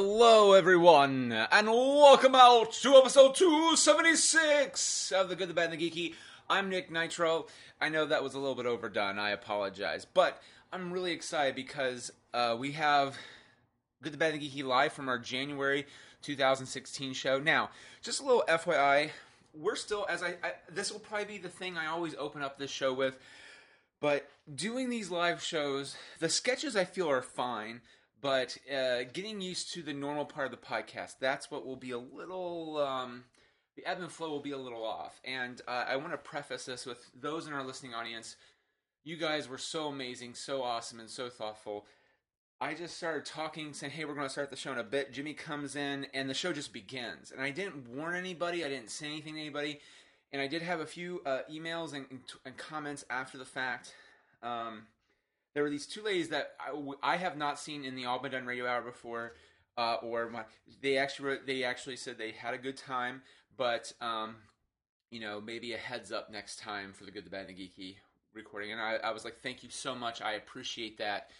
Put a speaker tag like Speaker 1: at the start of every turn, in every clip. Speaker 1: Hello, everyone, and welcome out to episode 276 of The Good, the Bad, and the Geeky. I'm Nick Nitro. I know that was a little bit overdone. I apologize. But I'm really excited because uh, we have Good, the Bad, and the Geeky live from our January 2016 show. Now, just a little FYI, we're still, as I, I this will probably be the thing I always open up this show with, but doing these live shows, the sketches I feel are fine but uh, getting used to the normal part of the podcast that's what will be a little um, the ebb and flow will be a little off and uh, i want to preface this with those in our listening audience you guys were so amazing so awesome and so thoughtful i just started talking saying hey we're going to start the show in a bit jimmy comes in and the show just begins and i didn't warn anybody i didn't say anything to anybody and i did have a few uh, emails and, and comments after the fact um, there were these two ladies that I, I, have not seen in the All But Done Radio Hour before, uh, or my, they actually wrote, they actually said they had a good time, but um, you know maybe a heads up next time for the Good, the Bad, and the Geeky recording. And I, I was like, thank you so much, I appreciate that.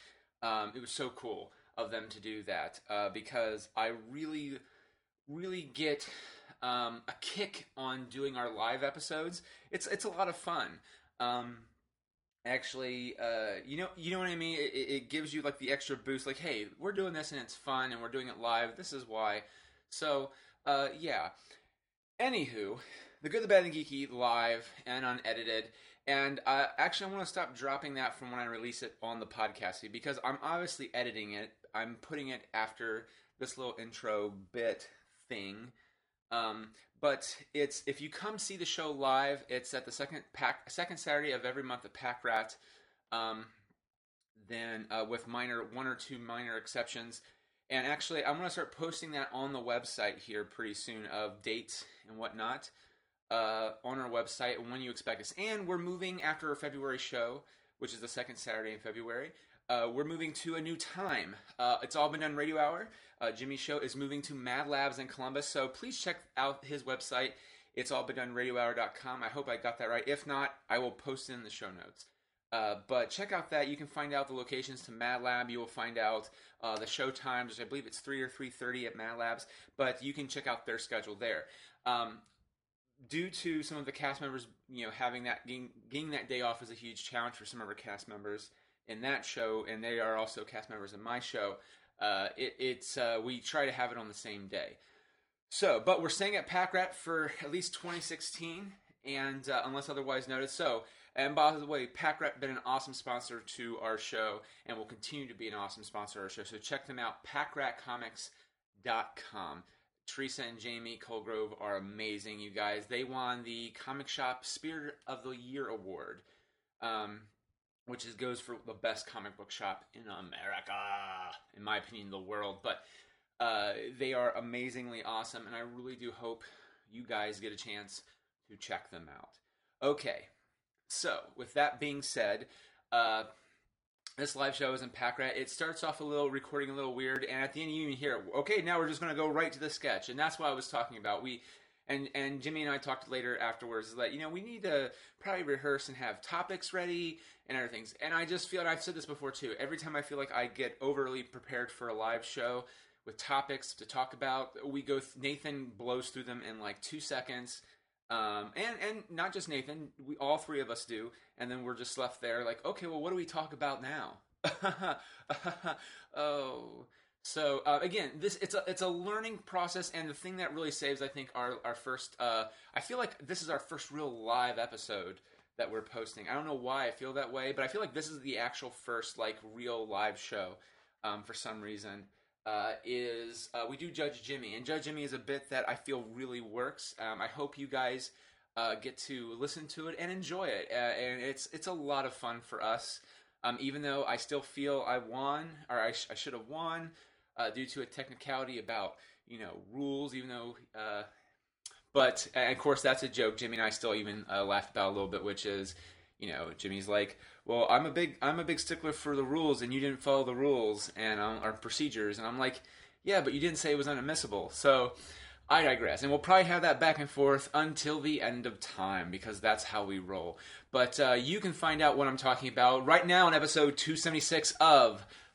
Speaker 1: Um, it was so cool of them to do that uh, because I really, really get um, a kick on doing our live episodes. It's it's a lot of fun Um, actually uh, you know you know what i mean it, it, gives you like the extra boost like hey we're doing this and it's fun and we're doing it live this is why so uh, yeah anywho the good the bad and geeky live and unedited and uh, actually i want to stop dropping that from when i release it on the podcast because i'm obviously editing it i'm putting it after this little intro bit thing um, but it's if you come see the show live, it's at the second pack second Saturday of every month at Pack Rat. Um, then uh, with minor one or two minor exceptions, and actually I'm gonna start posting that on the website here pretty soon of dates and whatnot uh, on our website and when you expect us. And we're moving after our February show, which is the second Saturday in February. Uh, we're moving to a new time. Uh, it's all been done radio hour. Uh, Jimmy Show is moving to Mad Labs in Columbus, so please check out his website. It's all been done radiohour.com. I hope I got that right. If not, I will post it in the show notes. Uh, but check out that. You can find out the locations to Mad Lab. You will find out uh, the show times. I believe it's 3 or 3.30 at Mad Labs. But you can check out their schedule there. Um, due to some of the cast members, you know, having that, getting, getting that day off is a huge challenge for some of our cast members in that show, and they are also cast members in my show. Uh, it, it's uh, we try to have it on the same day. So, but we're staying at Pack Rat for at least 2016, and uh, unless otherwise noted. So, and by the way, Pack Rat been an awesome sponsor to our show, and will continue to be an awesome sponsor to our show. So check them out, PackRatComics.com. Teresa and Jamie Colgrove are amazing, you guys. They won the Comic Shop Spirit of the Year award. Um, which is goes for the best comic book shop in America, in my opinion, the world. But uh, they are amazingly awesome, and I really do hope you guys get a chance to check them out. Okay, so with that being said, uh, this live show is in Pack Rat. It starts off a little recording, a little weird, and at the end you even hear, okay, now we're just going to go right to the sketch, and that's what I was talking about. We and and Jimmy and I talked later afterwards that you know we need to probably rehearse and have topics ready and everything. And I just feel, and I've said this before too. Every time I feel like I get overly prepared for a live show with topics to talk about, we go. Nathan blows through them in like two seconds, um, and and not just Nathan, we all three of us do, and then we're just left there like, okay, well, what do we talk about now? oh. So uh, again, this it's a it's a learning process, and the thing that really saves, I think, our our first. Uh, I feel like this is our first real live episode that we're posting. I don't know why I feel that way, but I feel like this is the actual first like real live show. Um, for some reason, uh, is we do Judge Jimmy, and Judge Jimmy is a bit that I feel really works. Um, I hope you guys uh, get to listen to it and enjoy it, uh, and it's it's a lot of fun for us. Um, even though I still feel I won, or I, sh- I should have won, uh, due to a technicality about you know rules, even though. Uh, but of course, that's a joke. Jimmy and I still even uh, laughed about a little bit, which is, you know, Jimmy's like, "Well, I'm a big I'm a big stickler for the rules, and you didn't follow the rules and um, our procedures," and I'm like, "Yeah, but you didn't say it was unadmissible." So. I digress, and we'll probably have that back and forth until the end of time because that's how we roll. But uh, you can find out what I'm talking about right now in episode 276 of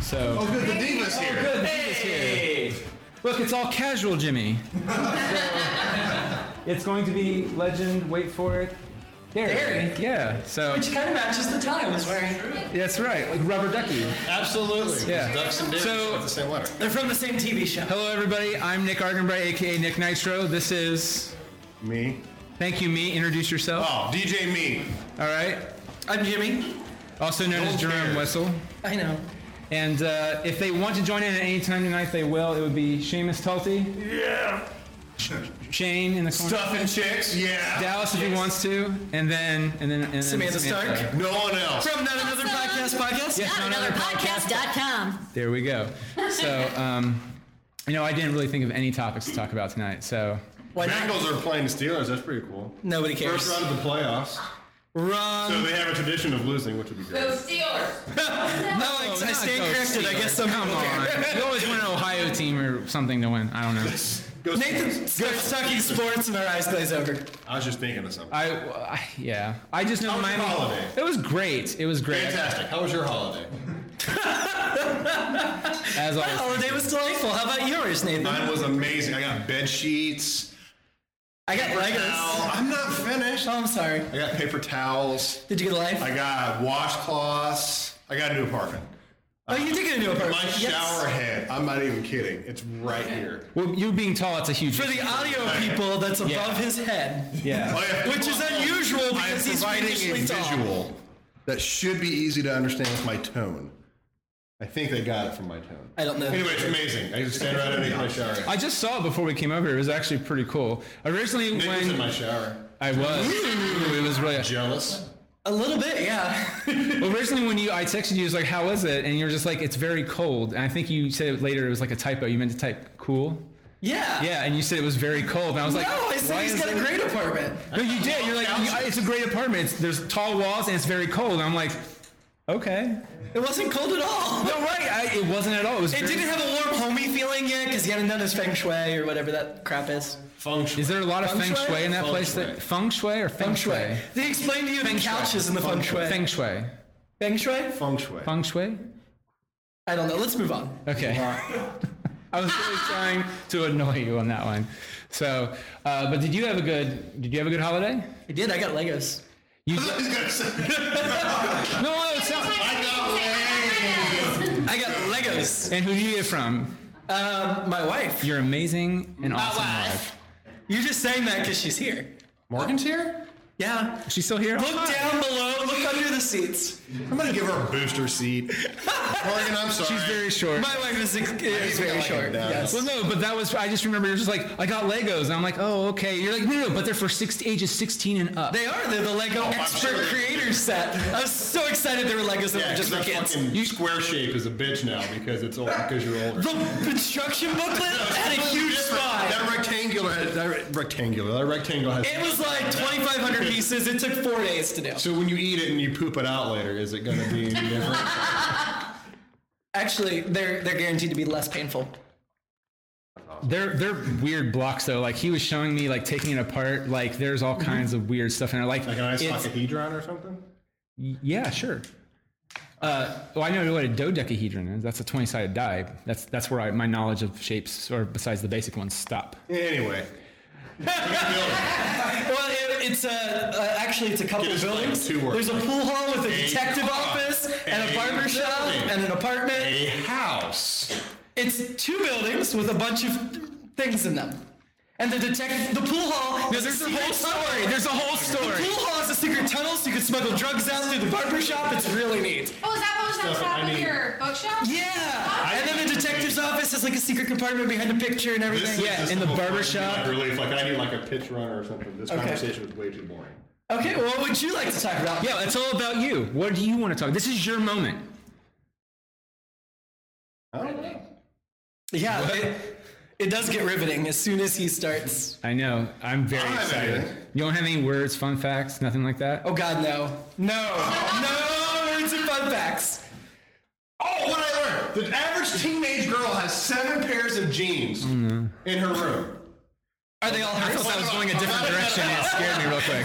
Speaker 2: So
Speaker 3: Oh, Good, the
Speaker 4: oh,
Speaker 3: diva's here.
Speaker 2: Look, it's all casual, Jimmy. it's going to be legend. Wait for it. Derek.
Speaker 4: Derek.
Speaker 2: Yeah. So
Speaker 4: Which kind of matches the tie I was wearing.
Speaker 2: that's right. Like rubber ducky.
Speaker 5: Absolutely.
Speaker 2: Yeah.
Speaker 5: Ducks and
Speaker 2: So-
Speaker 5: so, the same letter.
Speaker 4: They're from the same TV show.
Speaker 2: Hello, everybody. I'm Nick Argenbright, aka Nick Nitro. This is.
Speaker 5: Me.
Speaker 2: Thank you, me. Introduce yourself.
Speaker 5: Oh, DJ me.
Speaker 3: Oh.
Speaker 2: All right.
Speaker 4: I'm Jimmy.
Speaker 2: Also known as Jerome
Speaker 5: cares.
Speaker 2: Wessel.
Speaker 4: I know.
Speaker 2: And uh, if they want to join in at any time tonight, they will. It would be Seamus Tulty,
Speaker 5: Yeah.
Speaker 2: Shane in the corner,
Speaker 5: Stuffing chicks. Yeah.
Speaker 2: Dallas if he wants to, and then and then and then
Speaker 4: Samantha Stark.
Speaker 5: no one else.
Speaker 4: From Not Another Podcast podcast.
Speaker 2: Yes, not another
Speaker 6: podcast.com.
Speaker 2: There we go. So, um, you know, I didn't really think of any topics to talk about tonight. So,
Speaker 4: Why not?
Speaker 5: Bengals are playing the Steelers. That's pretty cool.
Speaker 4: Nobody cares.
Speaker 5: First round of the playoffs.
Speaker 4: Wrong.
Speaker 5: So they have a tradition of losing, which would be great.
Speaker 4: Alex, Oh, I stand corrected. I guess some
Speaker 2: come on, you always want an Ohio team or something to win. I don't know.
Speaker 5: Go
Speaker 4: Nathan
Speaker 5: Steelers.
Speaker 4: starts talking sports and our eyes glaze over.
Speaker 5: I was just thinking of something.
Speaker 2: I, I yeah. I just know
Speaker 5: How was your
Speaker 2: Miami.
Speaker 5: holiday?
Speaker 2: It was great. It was great
Speaker 5: Fantastic. How was your holiday?
Speaker 2: as
Speaker 4: My
Speaker 2: always.
Speaker 4: holiday was delightful. How about yours, Nathan?
Speaker 5: Mine was amazing. I got bed sheets.
Speaker 4: I got
Speaker 5: towel-
Speaker 4: Legos.
Speaker 5: I'm not finished.
Speaker 4: Oh, I'm sorry.
Speaker 5: I got paper towels.
Speaker 4: Did you get a life?
Speaker 5: I got washcloths. I got a new apartment.
Speaker 4: oh, you did get a new apartment.
Speaker 5: My
Speaker 4: Yes.
Speaker 5: shower head. I'm not even kidding. It's right here.
Speaker 2: Well, you being tall, it's a huge.
Speaker 4: For the audio people, that's above
Speaker 2: Yeah.
Speaker 4: his head.
Speaker 2: yeah.
Speaker 5: Oh, yeah.
Speaker 4: Which is unusual
Speaker 5: I am
Speaker 4: because he's
Speaker 5: providing
Speaker 4: freakishly
Speaker 5: a
Speaker 4: tall.
Speaker 5: visual that should be easy to understand with my tone. I think they got it from my tone.
Speaker 4: I don't know.
Speaker 5: Anyway, it's amazing. I just stand right underneath my shower. head.
Speaker 2: I just saw it before we came over. here. It was actually pretty cool. Originally,
Speaker 5: Nick was
Speaker 2: when
Speaker 5: in my shower.
Speaker 2: I was, it was really.
Speaker 5: Jealous?
Speaker 4: A little bit, yeah.
Speaker 2: Originally, when you I texted you, it was like, "How is it?" And you were just like, "It's very cold." And I think you said it later it was like a typo. You meant to type "cool."
Speaker 4: Yeah.
Speaker 2: Yeah, and you said it was very cold. And I was like,
Speaker 4: no, I
Speaker 2: "Why
Speaker 4: said he's
Speaker 2: is
Speaker 4: got a
Speaker 2: it-"
Speaker 4: great apartment.
Speaker 2: No, you did. You're like, "Yeah, "It's a great apartment. It's, there's tall walls and it's very cold." And I'm like, "Okay."
Speaker 4: It wasn't cold at all.
Speaker 2: No, right? I, it wasn't at all. It was.
Speaker 4: It
Speaker 2: very-
Speaker 4: didn't have a warm, homey feeling yet because he hadn't done his feng shui or whatever that crap is.
Speaker 5: Feng shui.
Speaker 2: Is there a lot of
Speaker 4: Feng
Speaker 2: feng
Speaker 4: shui?
Speaker 2: shui in that
Speaker 5: Feng
Speaker 2: place? That,
Speaker 5: shui.
Speaker 2: feng shui or feng, shui?
Speaker 4: They explained to you the couches in the feng shui.
Speaker 2: Feng shui.
Speaker 4: Feng shui?
Speaker 5: Feng shui.
Speaker 2: Feng shui.
Speaker 4: I don't know. Let's move on.
Speaker 2: Okay. I was really trying to annoy you on that one. So, uh, but did you have a good? Did you have a good holiday?
Speaker 4: I did. I got Legos.
Speaker 2: You no, it's not.
Speaker 5: I got laid.
Speaker 4: I got Legos.
Speaker 2: And who do you get from?
Speaker 4: Um, my wife.
Speaker 2: Your amazing and awesome wife.
Speaker 4: You're just saying that because she's here.
Speaker 5: Morgan's here?
Speaker 4: Yeah.
Speaker 2: She's still here.
Speaker 4: Look down below. Look under the seats.
Speaker 5: I'm going to give her a booster seat. Morgan, I'm sorry.
Speaker 2: She's very short.
Speaker 4: My wife is, ex- is
Speaker 5: even
Speaker 4: very
Speaker 5: like it
Speaker 4: short.
Speaker 5: down.
Speaker 4: Yes.
Speaker 2: well, no, but that was. I just remember you're just like, I got Legos, and I'm like, oh, okay. You're like, no, no, but they're for six ages 16 and up.
Speaker 4: They are. They're the Lego expert
Speaker 5: Oh, sure.
Speaker 4: creators set. I was so excited there were Legos that
Speaker 5: Yeah,
Speaker 4: were just for
Speaker 5: that
Speaker 4: kids.
Speaker 5: fucking square shape is a bitch now because it's old, because you're older.
Speaker 4: The instruction booklet had a huge
Speaker 5: Different.
Speaker 4: spine.
Speaker 5: That rectangular, that re- rectangular, that rectangle has.
Speaker 4: It was like 2,500 pieces. It took four days to do.
Speaker 5: So when you eat it and you poop it out later, is it going to be any different?
Speaker 4: Actually, they're they're guaranteed to be less painful.
Speaker 2: They're they're weird blocks though. Like he was showing me, like taking it apart. Like there's
Speaker 4: Mm-hmm.
Speaker 2: all kinds of weird stuff in there. Like,
Speaker 5: Like an ice
Speaker 2: it's-
Speaker 5: icosahedron or something?
Speaker 2: Yeah, sure. Uh, well, I know what a dodecahedron is. That's a twenty-sided die. That's that's where I, my knowledge of shapes, or besides the basic ones, stop.
Speaker 5: Anyway.
Speaker 4: Well, it, it's a uh, actually it's a couple
Speaker 5: Get his
Speaker 4: buildings.
Speaker 5: claim to work.
Speaker 4: There's a pool hall with a
Speaker 5: A
Speaker 4: detective
Speaker 5: car.
Speaker 4: office and a
Speaker 5: A
Speaker 4: barber shop
Speaker 5: building.
Speaker 4: and an apartment.
Speaker 5: A house.
Speaker 4: It's two buildings with a bunch of things in them. And the detect the pool hall. No,
Speaker 2: There's a whole story. There's a whole
Speaker 4: The
Speaker 2: story.
Speaker 4: pool hall has a secret tunnel, so you can smuggle drugs out through the barber shop. It's really neat.
Speaker 6: Oh, is that what was that
Speaker 5: So,
Speaker 6: shop
Speaker 5: I
Speaker 6: with
Speaker 5: mean-
Speaker 6: your bookshop?
Speaker 4: Yeah. And then the detective's office has like a secret compartment behind a picture and everything.
Speaker 2: Yeah,
Speaker 5: this
Speaker 2: in the
Speaker 5: whole
Speaker 2: barber
Speaker 5: fucking
Speaker 2: shop.
Speaker 5: Like, relief. Like I need like a pitch runner or something. This conversation was way too boring.
Speaker 4: Okay. Well, what would you like to talk about?
Speaker 2: Yeah, it's all about you. What do you want to talk? This is your moment.
Speaker 5: I don't know.
Speaker 4: Yeah. It, it does get riveting as soon as he starts.
Speaker 2: I know. I'm very
Speaker 7: don't have
Speaker 2: excited.
Speaker 7: anything.
Speaker 2: You don't have any words, fun facts, nothing like that.
Speaker 4: Oh God, no. No. No words and fun facts.
Speaker 5: Oh, what I learned! The average teenage girl has seven pairs of jeans
Speaker 2: Mm-hmm.
Speaker 5: in her room.
Speaker 4: Are they all
Speaker 2: I
Speaker 4: hers?
Speaker 2: thought that was going a different direction. and It scared me real quick.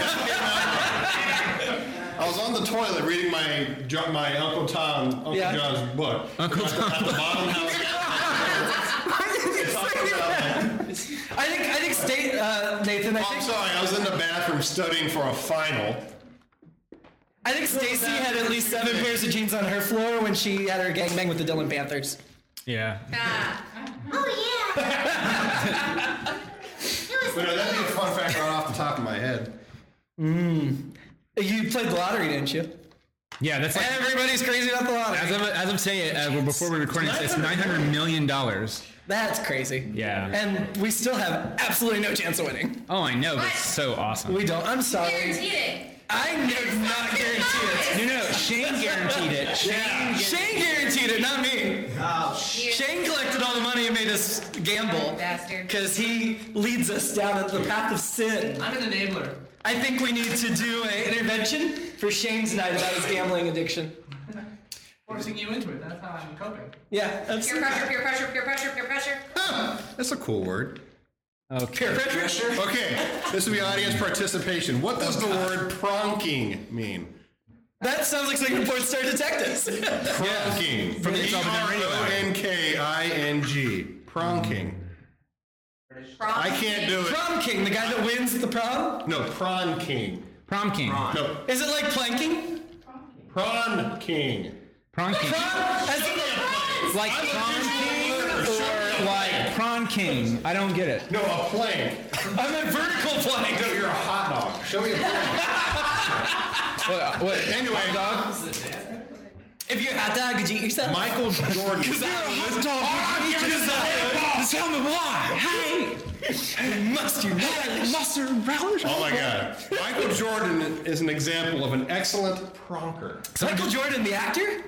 Speaker 5: I was on the toilet reading my Jo- my Uncle Tom Uncle
Speaker 4: Yeah.
Speaker 5: John's book. Uncle Tom. At the bottom how it talks about, like,
Speaker 4: I think I think state uh, Nathan. I
Speaker 5: I'm
Speaker 4: think
Speaker 5: sorry, I was in the bathroom studying for a final.
Speaker 4: I think Stacy had at least seven pairs of jeans on her floor when she had her gangbang with the Dylan Panthers.
Speaker 2: Yeah.
Speaker 6: Oh, yeah.
Speaker 5: But no, that'd be a fun fact right off the top of my head.
Speaker 4: You played the lottery, didn't you?
Speaker 2: Yeah, that's like,
Speaker 4: Everybody's crazy about the
Speaker 2: as
Speaker 4: lottery.
Speaker 2: I'm, as I'm saying it, uh, before we're recording this, it's $900 million.
Speaker 4: That's crazy.
Speaker 2: Yeah.
Speaker 4: And we still have absolutely no chance of winning.
Speaker 2: Oh, I know, but it's so awesome.
Speaker 4: We don't. I'm sorry.
Speaker 6: Guaranteed it.
Speaker 4: I did not guarantee it.
Speaker 2: No, no, Shane guaranteed it. Shane
Speaker 4: Shane guaranteed it, not me. Shane collected all the money and made us gamble.
Speaker 6: Bastard.
Speaker 4: Because he leads us down the path of sin.
Speaker 8: I'm an enabler.
Speaker 4: I think we need to do an intervention for Shane's night about his gambling addiction.
Speaker 8: Forcing you into it. That's how I'm coping.
Speaker 4: Yeah, that's
Speaker 6: Peer pressure, peer pressure, peer pressure, peer pressure.
Speaker 5: That's a cool word.
Speaker 4: peer pressure.
Speaker 5: Okay, this will be audience participation. What does the word pronking mean?
Speaker 4: That sounds like something porn star detectives.
Speaker 5: Pronking. From
Speaker 2: the Talbot and Radio Hour.
Speaker 5: E-R-O-N-K-I-N-G. Pronking. I can't do it.
Speaker 4: prom king, the guy that wins at the prom.
Speaker 5: No, prawn king.
Speaker 2: Prom King.
Speaker 5: No,
Speaker 4: Is it like planking?
Speaker 5: prawn king.
Speaker 2: Prom King.
Speaker 4: Prom? As in the-
Speaker 2: Like
Speaker 5: I'm a
Speaker 2: Prom King
Speaker 5: visual learner.
Speaker 2: or like Prom King? I don't get it.
Speaker 5: No, a plank.
Speaker 4: I'm at vertical plank.
Speaker 5: No, you're a hot dog. Show me a plank.
Speaker 2: What, what,
Speaker 5: Anyway,
Speaker 4: If you had that, could you eat yourself?
Speaker 5: Michael Jordan.
Speaker 4: Oh, you
Speaker 2: Just tell me why. Hey,
Speaker 4: must you not?
Speaker 2: Buster Brown.
Speaker 5: Oh my God. Michael Jordan is an example of an excellent pronker.
Speaker 4: Michael Jordan, the actor?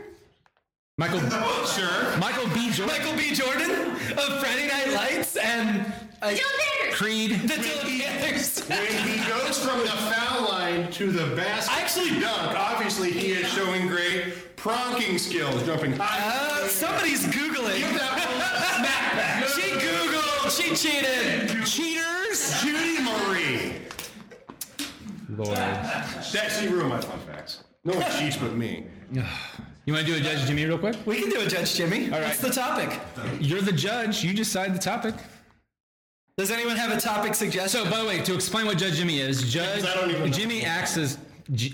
Speaker 2: Michael,
Speaker 5: Sure.
Speaker 2: Michael B. Jordan.
Speaker 4: Michael B. Jordan of Friday Night Lights and uh,
Speaker 6: Dylan Sanders.
Speaker 2: Creed.
Speaker 4: the Dylan Panthers.
Speaker 5: When he goes from the foul line to the basket,
Speaker 4: I actually-
Speaker 5: dunk. Obviously, he is showing great pronking skills, jumping high.
Speaker 4: Uh, somebody's googling. She googled. She cheated.
Speaker 2: Cheaters.
Speaker 5: Judy Marie.
Speaker 2: Lord.
Speaker 5: That's she ruined my fun facts. No one cheats but me.
Speaker 2: You want to do a Judge Jimmy real quick?
Speaker 4: We can do a Judge Jimmy.
Speaker 2: right.
Speaker 4: What's the topic?
Speaker 2: You're the judge. You decide the topic.
Speaker 4: Does anyone have a topic suggestion?
Speaker 2: So, by the way, to explain what Judge Jimmy is, Judge
Speaker 5: I don't even know.
Speaker 2: Jimmy acts as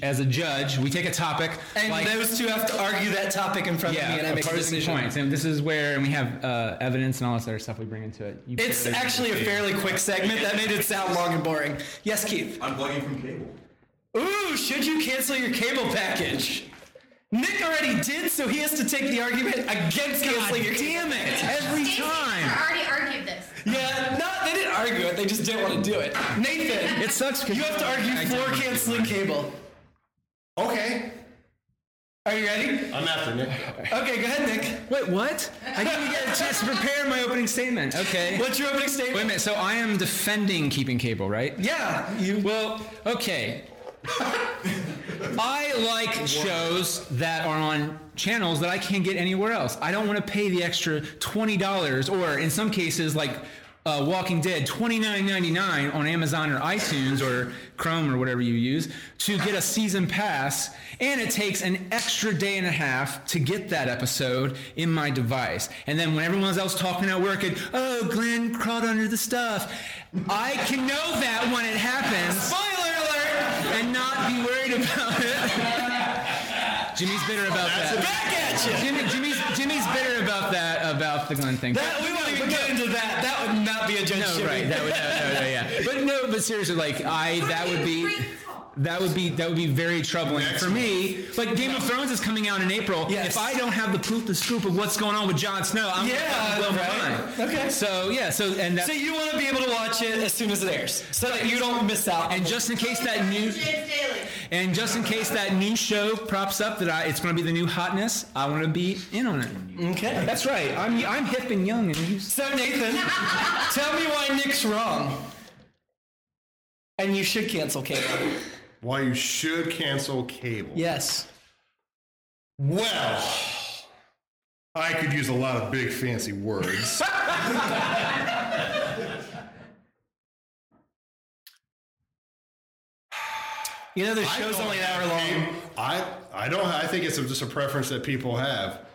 Speaker 2: as a judge. We take a topic
Speaker 4: and
Speaker 2: like
Speaker 4: those two have to argue that topic in front of
Speaker 2: yeah,
Speaker 4: me, and I
Speaker 2: a
Speaker 4: make a
Speaker 2: partisan
Speaker 4: decision.
Speaker 2: points. And this is where and we have uh, evidence and all this other stuff we bring into it. You
Speaker 4: It's
Speaker 2: barely-
Speaker 4: actually a fairly quick segment that made it sound long and boring. Yes, Keith.
Speaker 9: Unplugging from cable.
Speaker 4: Ooh, should you cancel your cable package? Nick already did, so he has to take the argument against canceling your
Speaker 2: damn
Speaker 4: cable.
Speaker 2: it every
Speaker 6: Stacy
Speaker 2: time.
Speaker 6: Keebler already argued this.
Speaker 4: Yeah, no, they didn't argue it. They just didn't want to do it. Nathan,
Speaker 2: It sucks because
Speaker 4: you have to argue for canceling cable.
Speaker 5: Okay.
Speaker 4: Are you ready?
Speaker 5: I'm after Nick.
Speaker 4: Okay, go ahead, Nick.
Speaker 2: Wait, what? I didn't even get a chance to prepare my opening statement. Okay.
Speaker 4: What's your opening
Speaker 2: Wait a
Speaker 4: statement?
Speaker 2: minute. So I am defending keeping cable, right?
Speaker 4: Yeah, you.
Speaker 2: Well, okay. I like shows that are on channels that I can't get anywhere else. I don't want to pay the extra twenty dollars, or in some cases, like uh, Walking Dead, twenty nine ninety nine on Amazon or iTunes or Chrome or whatever you use to get a season pass, and it takes an extra day and a half to get that episode in my device. And then when everyone's else talking at work, and oh, Glenn crawled under the stuff, I can know that when it happens
Speaker 4: Spoiler alert!
Speaker 2: and not be worried about it. Jimmy's bitter about that.
Speaker 4: Back at you.
Speaker 2: Jimmy, Jimmy's Jimmy's bitter about that about the Glenn thing.
Speaker 4: That, we won't even get into that. That would not be a judge.
Speaker 2: no, right? That would no, no, no, Oh, yeah. But no, but seriously, like I, that would be. That would be that would be very troubling for me. Like Game of Thrones is coming out in April. If
Speaker 4: Yes.
Speaker 2: I don't have the proof, the scoop of what's going on with Jon Snow, I'm
Speaker 4: Yeah,
Speaker 2: gonna fucking blow my
Speaker 4: right.
Speaker 2: mind.
Speaker 4: Okay.
Speaker 2: So yeah. So and that,
Speaker 4: So you want to be able to watch it as soon as it airs, so that you don't miss out.
Speaker 2: and just in case that new
Speaker 6: James Daly.
Speaker 2: and just in case that new show props up that I, it's going to be the new hotness. I want to be in on it.
Speaker 4: okay.
Speaker 2: That's right. I'm I'm hip and young and you.
Speaker 4: So Nathan, tell me why Nick's wrong. And you should cancel cable.
Speaker 5: Why you should cancel cable.
Speaker 4: Yes.
Speaker 5: Well, I could use a lot of big fancy words.
Speaker 4: You know the
Speaker 5: I
Speaker 4: show's
Speaker 5: don't
Speaker 4: only an hour
Speaker 5: have
Speaker 4: long.
Speaker 5: cable. I I don't. I think it's just a preference that people have.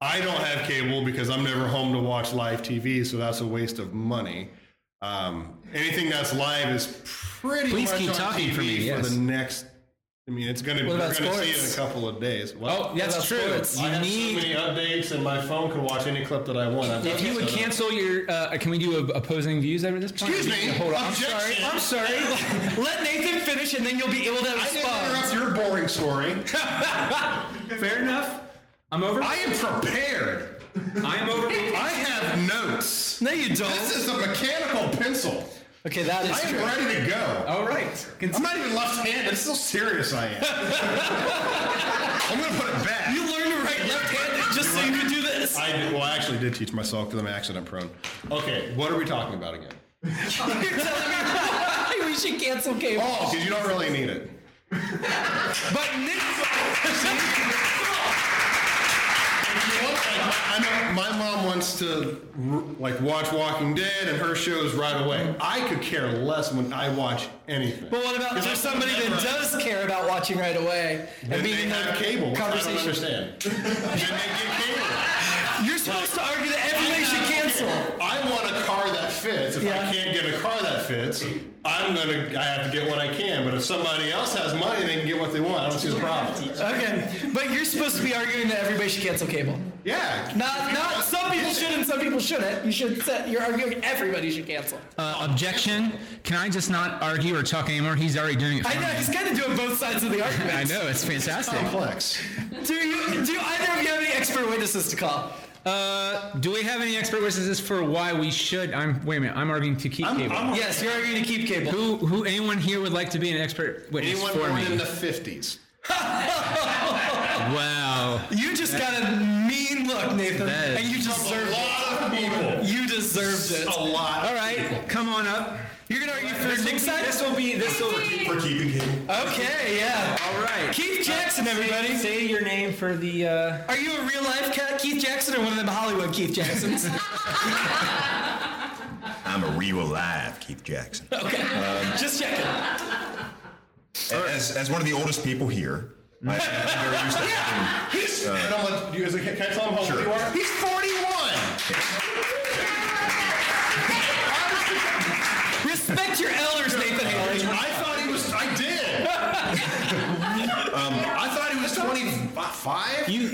Speaker 5: I don't have cable because I'm never home to watch live TV, so that's a waste of money. Um, anything that's live is pretty
Speaker 2: Please
Speaker 5: much
Speaker 2: keep
Speaker 5: on
Speaker 2: talking
Speaker 5: TV
Speaker 2: for me, yes.
Speaker 5: for the next. I mean, it's going to.
Speaker 4: What
Speaker 5: We're going
Speaker 4: about
Speaker 5: to see it in
Speaker 4: sports?
Speaker 5: a couple of days. Well,
Speaker 2: Oh, that's
Speaker 4: That's
Speaker 2: true.
Speaker 4: sports.
Speaker 5: I
Speaker 2: You
Speaker 5: have
Speaker 2: need
Speaker 5: so many updates, and my phone can watch any clip that I want. I've
Speaker 2: If
Speaker 5: got
Speaker 2: you would
Speaker 5: set up.
Speaker 2: cancel your, uh, can we do a, opposing views at this point?
Speaker 5: Excuse me.
Speaker 2: Hold on. I'm sorry.
Speaker 5: Objection.
Speaker 2: I'm sorry.
Speaker 4: Let Nathan finish, and then you'll be able to
Speaker 5: I didn't
Speaker 4: respond.
Speaker 5: interrupt your boring story.
Speaker 2: Fair enough. I'm over.
Speaker 5: I am prepared.
Speaker 2: I'm over.
Speaker 5: I have notes.
Speaker 4: No, you
Speaker 5: This
Speaker 4: don't.
Speaker 5: is a mechanical pencil.
Speaker 4: Okay, that
Speaker 5: I
Speaker 4: is.
Speaker 5: am ready to go.
Speaker 2: All right.
Speaker 5: I'm not even left-handed. That's how serious I am. I'm gonna put it back.
Speaker 4: You learned to write left-handed just so you could do this.
Speaker 5: I did, well, I actually did teach myself because I'm accident-prone. Okay, what are we talking about again?
Speaker 4: You're telling me why we should cancel cable.
Speaker 5: Oh, because you don't really need it.
Speaker 4: But Nick,
Speaker 5: I know my mom wants to like watch Walking Dead and her shows right away. I could care less when I watch anything.
Speaker 4: but what about for somebody that does care about watching right away and
Speaker 5: And
Speaker 4: being
Speaker 5: they
Speaker 4: in the
Speaker 5: have cable. which I don't
Speaker 4: conversation?
Speaker 5: understand. Then they get cable.
Speaker 4: You're supposed to argue that everybody should cancel.
Speaker 5: I want a car that fits. If
Speaker 4: Yeah.
Speaker 5: I can't get a car that fits, I'm gonna. I have to get what I can. But if somebody else has money, they can get what they want. I don't see the problem.
Speaker 4: Okay, but you're supposed to be arguing that everybody should cancel cable.
Speaker 5: Yeah.
Speaker 4: Not, not some people should and some people shouldn't. You should set. You're arguing everybody should cancel.
Speaker 2: Uh, objection. Can I just not argue or talk anymore? He's already doing it. For
Speaker 4: I know
Speaker 2: me.
Speaker 4: he's kind of doing both sides of the argument.
Speaker 2: I know. It's fantastic.
Speaker 5: complex.
Speaker 4: Do you? Do either of you have any expert witnesses to call?
Speaker 2: Uh, do we have any expert witnesses for why we should? I'm. Wait a minute. I'm arguing to keep cable.
Speaker 4: Yes, you're arguing to keep cable.
Speaker 2: who, who, anyone here would like to be an expert witness
Speaker 5: Anyone
Speaker 2: for
Speaker 5: born in
Speaker 2: me?
Speaker 5: the fifties?
Speaker 2: wow.
Speaker 4: You just got a mean look, Nathan,
Speaker 2: That is-
Speaker 4: and you deserve it.
Speaker 5: lot of people.
Speaker 4: You deserved it.
Speaker 5: A lot.
Speaker 2: All right. Come on up.
Speaker 4: You're gonna argue for Nick's side.
Speaker 2: This will be. This will.
Speaker 10: We're keeping cable.
Speaker 4: Okay, yeah.
Speaker 2: All right.
Speaker 4: Keith Jackson, everybody.
Speaker 2: Uh, Say your name for the. Uh,
Speaker 4: Are you a real life Ke- Keith Jackson or one of them Hollywood Keith Jacksons?
Speaker 11: I'm a real live Keith Jackson.
Speaker 4: okay,
Speaker 2: Uh,
Speaker 4: just checking.
Speaker 11: as, as one of the oldest people here, I, am very used to having.
Speaker 5: He's, I don't want- you guys- can I tell him how old
Speaker 11: Sure.
Speaker 5: you are? He's 41.
Speaker 4: Respect your elders, Nathan Haley.
Speaker 5: I thought he was. I did. um,
Speaker 11: Um,
Speaker 5: I thought he was 25.
Speaker 2: You.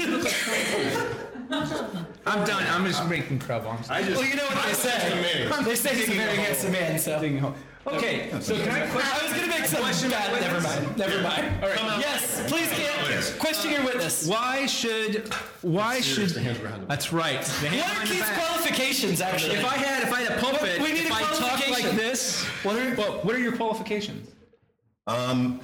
Speaker 2: I'm done. I'm just making trouble. I'm
Speaker 5: I just.
Speaker 4: Well, you know what they say.
Speaker 5: amazed.
Speaker 4: They say he's a very handsome man, so. I
Speaker 2: sitting home. Okay, so can I question?
Speaker 4: was gonna make something bad. Never mind. Never mind. All right. Yes, please, Kate. Question your witness.
Speaker 2: Why should? Why should?
Speaker 5: the hands behind the back.
Speaker 2: That's right. The hand
Speaker 4: What are
Speaker 2: behind the
Speaker 4: Keith's
Speaker 2: back.
Speaker 4: qualifications, actually?
Speaker 2: If I had, if I had a pulpit,
Speaker 4: We need
Speaker 2: if
Speaker 4: a
Speaker 2: I talked like
Speaker 4: qualification.
Speaker 2: this,
Speaker 4: What are-
Speaker 2: well, what are your qualifications
Speaker 11: Um,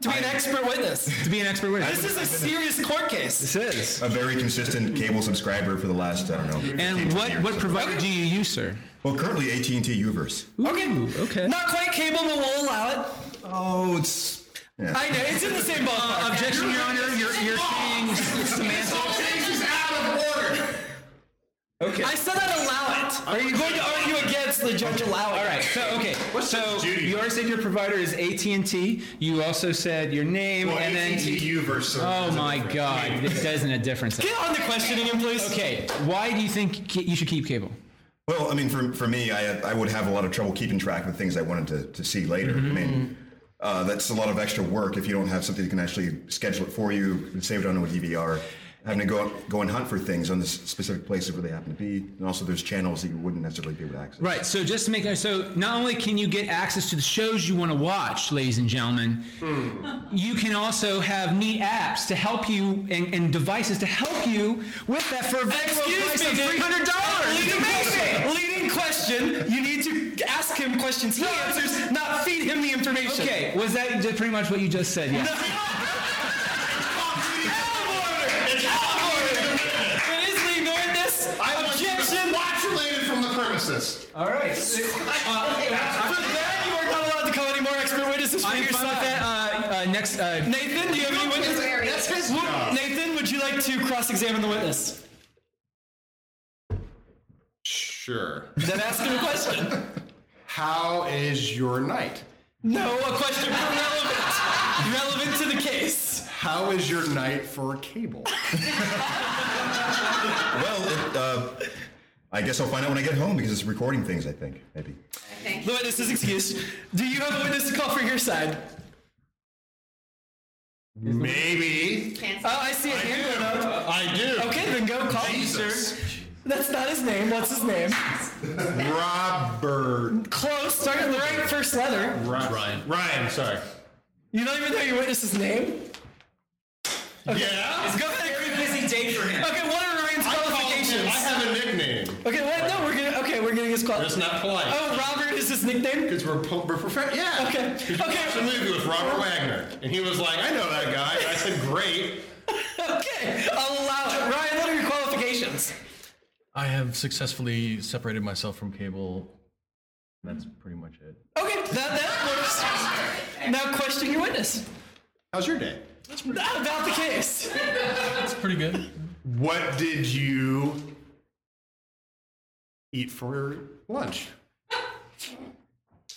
Speaker 4: to be an expert witness.
Speaker 2: to be an expert
Speaker 4: This
Speaker 2: witness?
Speaker 4: is a serious court case.
Speaker 2: This is.
Speaker 11: a very consistent cable subscriber for the last I don't know.
Speaker 2: And
Speaker 11: 18
Speaker 2: what
Speaker 11: years.
Speaker 2: what provider do you use, sir?
Speaker 11: Well, currently AT&T Uverse.
Speaker 2: Ooh, okay.
Speaker 4: Not quite cable, but we'll allow it.
Speaker 11: Oh, it's
Speaker 4: I know it's in the same ballpark.
Speaker 2: Uh, Objection, Your Honor. You're you're saying semantics.
Speaker 5: This case is out of order.
Speaker 4: I said I'd allow it. Are you going to argue against the judge allowing?
Speaker 2: All right. So okay. so you already said your provider is AT and T. You also said your name,
Speaker 5: Well,
Speaker 2: and then
Speaker 5: AT&T Uverse.
Speaker 2: Oh my God! This doesn't a difference.
Speaker 4: Get on the questioning, him, please.
Speaker 2: Okay, why do you think ca- you should keep cable?
Speaker 11: well.
Speaker 4: Mm-hmm.
Speaker 11: I mean, for for me, I I would have a lot of trouble keeping track of the things I wanted to, to see later. I mean,
Speaker 12: Uh, that's a lot of extra work if you don't have something that can actually schedule it for you and save it onto a DVR. E Having to go out, go and hunt for things on the s- specific places where they happen to be, and also there's channels that you wouldn't necessarily be able to access.
Speaker 2: Right. So just to make so not only can you get access to the shows you want to watch, ladies and gentlemen, you can also have neat apps to help you and, and devices to help you with that for a very low
Speaker 4: Excuse
Speaker 2: price
Speaker 4: me,
Speaker 2: of
Speaker 4: dude.
Speaker 2: three hundred
Speaker 4: Leading question.
Speaker 2: dollars.
Speaker 4: Leading question. You need to ask him questions. He answers, not feed him the information.
Speaker 2: Okay, was that ju- pretty much what you just said? Yeah.
Speaker 4: But is Lee ignoring this?
Speaker 5: I want you
Speaker 4: Objection.
Speaker 5: to watch related from the premises.
Speaker 2: All right.
Speaker 4: For that, you are not allowed to call any more expert witnesses for
Speaker 2: I'm
Speaker 4: your
Speaker 2: fine
Speaker 4: stuff.
Speaker 2: with that. Uh, uh, next. Uh,
Speaker 4: Nathan, do you have any witnesses?
Speaker 5: That's his job.
Speaker 4: Nathan, would you like to cross-examine the witness?
Speaker 5: Sure.
Speaker 4: Then ask him a question.
Speaker 5: How is your night?
Speaker 4: No, a question relevant, relevant to the case.
Speaker 5: How is your night for cable?
Speaker 12: Well, it, uh, I guess I'll find out when I get home because it's recording things. I think maybe.
Speaker 4: The witness is excused. Do you have a witness to call for your side?
Speaker 5: Maybe.
Speaker 4: Oh, I see a hand going up.
Speaker 5: I do.
Speaker 4: Okay, then go call him,
Speaker 5: Jesus.
Speaker 4: sir. That's not his name. What's his name?
Speaker 5: Robert.
Speaker 4: Close. Start at the right first letter.
Speaker 5: Ryan. Ryan, sorry.
Speaker 4: You don't even know your witness's name.
Speaker 5: Yeah?
Speaker 4: Go ahead. Very busy day for
Speaker 13: him.
Speaker 4: Okay, what are Ryan's
Speaker 5: I called him. I
Speaker 4: qualifications?
Speaker 5: have a nickname.
Speaker 4: Okay, what? No, we're gonna. Okay, we're getting his
Speaker 5: That's
Speaker 4: qualifications.
Speaker 5: not polite.
Speaker 4: Oh, Robert is his nickname.
Speaker 5: Because we're, po- we're perfect. Yeah.
Speaker 4: Okay.
Speaker 5: 'Cause you
Speaker 4: Okay.
Speaker 5: watched a movie with Robert Wagner, and he was like, "I know that guy." And I said, "Great."
Speaker 4: Okay, I'll allow it. Ryan, what are your qualifications?
Speaker 14: I have successfully separated myself from cable. That's pretty much it.
Speaker 4: Okay, that that works. Now question your witness
Speaker 5: How's your day?
Speaker 4: Not about the case.
Speaker 14: That's pretty good.
Speaker 5: What did you eat for lunch?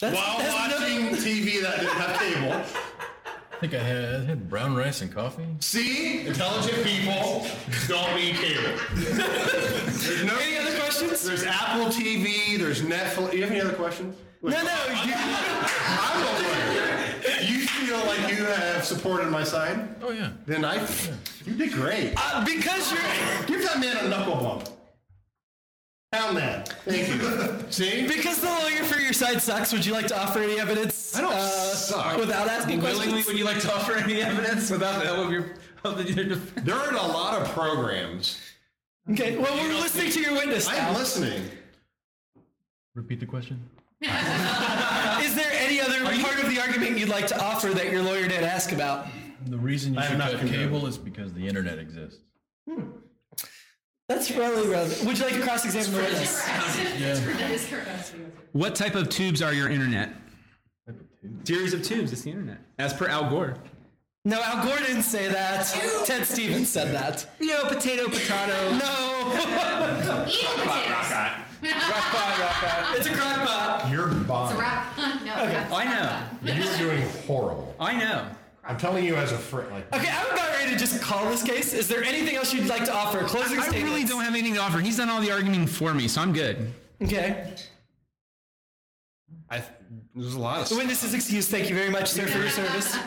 Speaker 4: That's,
Speaker 5: While
Speaker 4: that's no-
Speaker 5: watching TV that didn't have cable.
Speaker 14: I think I had, I had brown rice and coffee.
Speaker 5: See, intelligent people don't need cable. There's no.
Speaker 4: Any other questions?
Speaker 5: There's Apple TV. There's Netflix. You have any other questions?
Speaker 4: No, no. You,
Speaker 5: I'm a lawyer. You feel like you have supported my side?
Speaker 14: Oh yeah.
Speaker 5: Then I. You did great.
Speaker 4: uh, because you're
Speaker 5: Give that man a knuckle bump. Pound that. Thank you. See?
Speaker 4: because the lawyer for your side sucks. Would you like to offer any evidence?
Speaker 5: I don't
Speaker 4: uh,
Speaker 5: suck.
Speaker 4: Without asking
Speaker 13: Willingly,
Speaker 4: questions.
Speaker 13: would you like to offer any evidence without the help of your of the, your defense?
Speaker 5: There are a lot of programs.
Speaker 4: Okay. Well, we're listening to your witness
Speaker 5: I'm
Speaker 4: now.
Speaker 5: listening.
Speaker 14: Repeat the question.
Speaker 4: Is there any other part of the argument you'd like to offer that your lawyer didn't ask about?
Speaker 14: The reason you
Speaker 5: I have
Speaker 14: should
Speaker 5: not
Speaker 14: cut
Speaker 5: condoned.
Speaker 14: cable is because the internet exists.
Speaker 4: Hmm. That's really relevant. Would you like to cross-examine the witness?
Speaker 6: That is correct.
Speaker 2: what type of tubes are your internet?
Speaker 14: Type of two.
Speaker 2: Series of tubes. It's the internet. As per Al Gore.
Speaker 4: No, Al Gore didn't say that. Ted Stevens said that.
Speaker 2: You know, potato, potato.
Speaker 4: No,
Speaker 6: Eating potatoes.
Speaker 4: it's a crockpot.
Speaker 5: You're
Speaker 6: It's a
Speaker 5: bomb.
Speaker 6: wrap. No, okay.
Speaker 2: I know.
Speaker 5: You're doing horrible.
Speaker 2: I know.
Speaker 5: I'm telling you as a friend. Like,
Speaker 4: Okay, I'm about ready to just call this case. Is there anything else you'd like to offer? Closing
Speaker 2: I
Speaker 4: statements.
Speaker 2: really don't have anything to offer. He's done all the arguing for me, so I'm good.
Speaker 4: Okay.
Speaker 5: I, there's a lot of
Speaker 4: The witness is excused. Thank you very much, sir, for your service.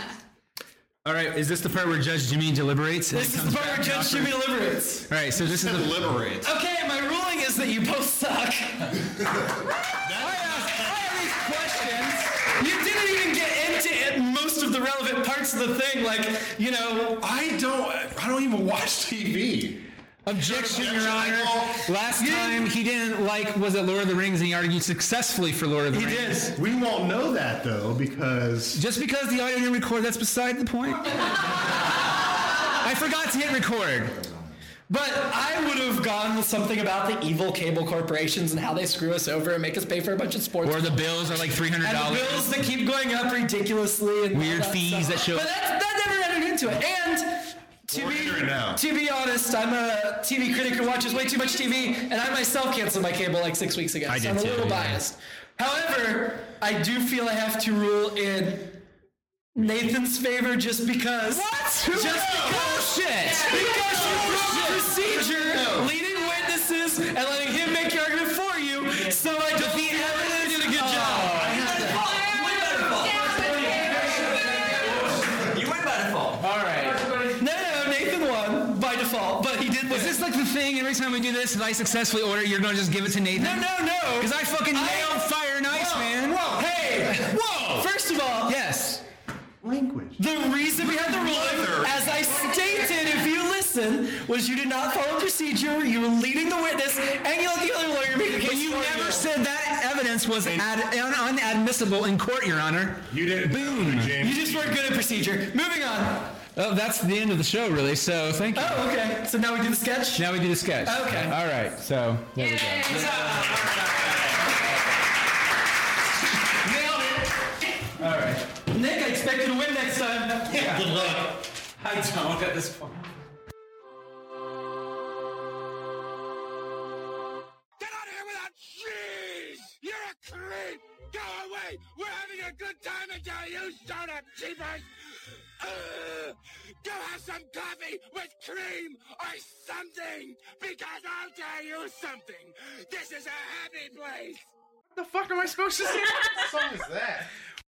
Speaker 2: All right, is this the part where Judge Jimmy deliberates?
Speaker 4: This is the part where Judge Jimmy deliberates.
Speaker 2: All right, so this is the.
Speaker 5: Liberate.
Speaker 4: Okay, my ruling is that you both suck. You didn't even get into it, most of the relevant parts of the thing, like, you know,
Speaker 5: I don't. I don't even watch TV.
Speaker 2: Objection, Your
Speaker 5: Objection,
Speaker 2: Honor.
Speaker 5: I call-
Speaker 2: Last time he didn't like was it Lord of the Rings, and he argued successfully for Lord of the
Speaker 4: he
Speaker 2: Rings.
Speaker 4: did.
Speaker 5: We won't know that though because
Speaker 2: Just because the audio didn't record, that's beside the point. I forgot to hit record.
Speaker 4: But I would have gone with something about the evil cable corporations and how they screw us over and make us pay for a bunch of sports.
Speaker 2: Or the bills are like three hundred
Speaker 4: and the
Speaker 2: dollars.
Speaker 4: bills that keep going up ridiculously and all
Speaker 2: Weird
Speaker 4: that
Speaker 2: fees
Speaker 4: stuff.
Speaker 2: that show-
Speaker 4: But that, that never entered into it. And to
Speaker 5: We're
Speaker 4: be
Speaker 5: entering now.
Speaker 4: to be honest, I'm a TV critic who watches way too much TV, and I myself canceled my cable like six weeks ago.
Speaker 2: I
Speaker 4: so
Speaker 2: did
Speaker 4: I'm a
Speaker 2: too,
Speaker 4: little
Speaker 2: yeah.
Speaker 4: biased. However, I do feel I have to rule in. Nathan's favor just because. What? Just
Speaker 2: Oh,
Speaker 4: because.
Speaker 2: Bullshit!
Speaker 4: Because you broke procedure, leading witnesses, and letting him make your argument for you, so I don't the evidence did a good job.
Speaker 6: Down with
Speaker 2: Is this like the thing every time we do this, if I successfully order, you're gonna just give it to Nathan? No,
Speaker 4: no, no!
Speaker 2: Because I fucking nailed Fire and Ice, man!
Speaker 4: Whoa, hey! Whoa! First of all,
Speaker 2: yes.
Speaker 4: Language. The reason we had the rule, as I stated, if you listen, was you did not follow procedure. You were leading the witness, and you let the other lawyer make the case.
Speaker 2: But you
Speaker 4: for
Speaker 2: never said that evidence was ad- un- unadmissible in court, Your Honor. You didn't. Boom.
Speaker 4: You just weren't good at procedure. Moving on.
Speaker 2: Oh, that's the end of the show, really. So thank you.
Speaker 4: Oh, okay. So now we do the sketch.
Speaker 2: Now we do the sketch.
Speaker 4: Okay.
Speaker 2: All right. So there we go.
Speaker 4: All right. Nick, I expect you to win next time. Yeah. Good luck.
Speaker 2: I don't at this point.
Speaker 15: You're a creep! Go away! We're having a good time until you showed up, cheapers! Ugh. go have some coffee with cream or something! Because I'll tell you something! This is a happy place!
Speaker 1: the fuck am I supposed to say?
Speaker 15: What song is that?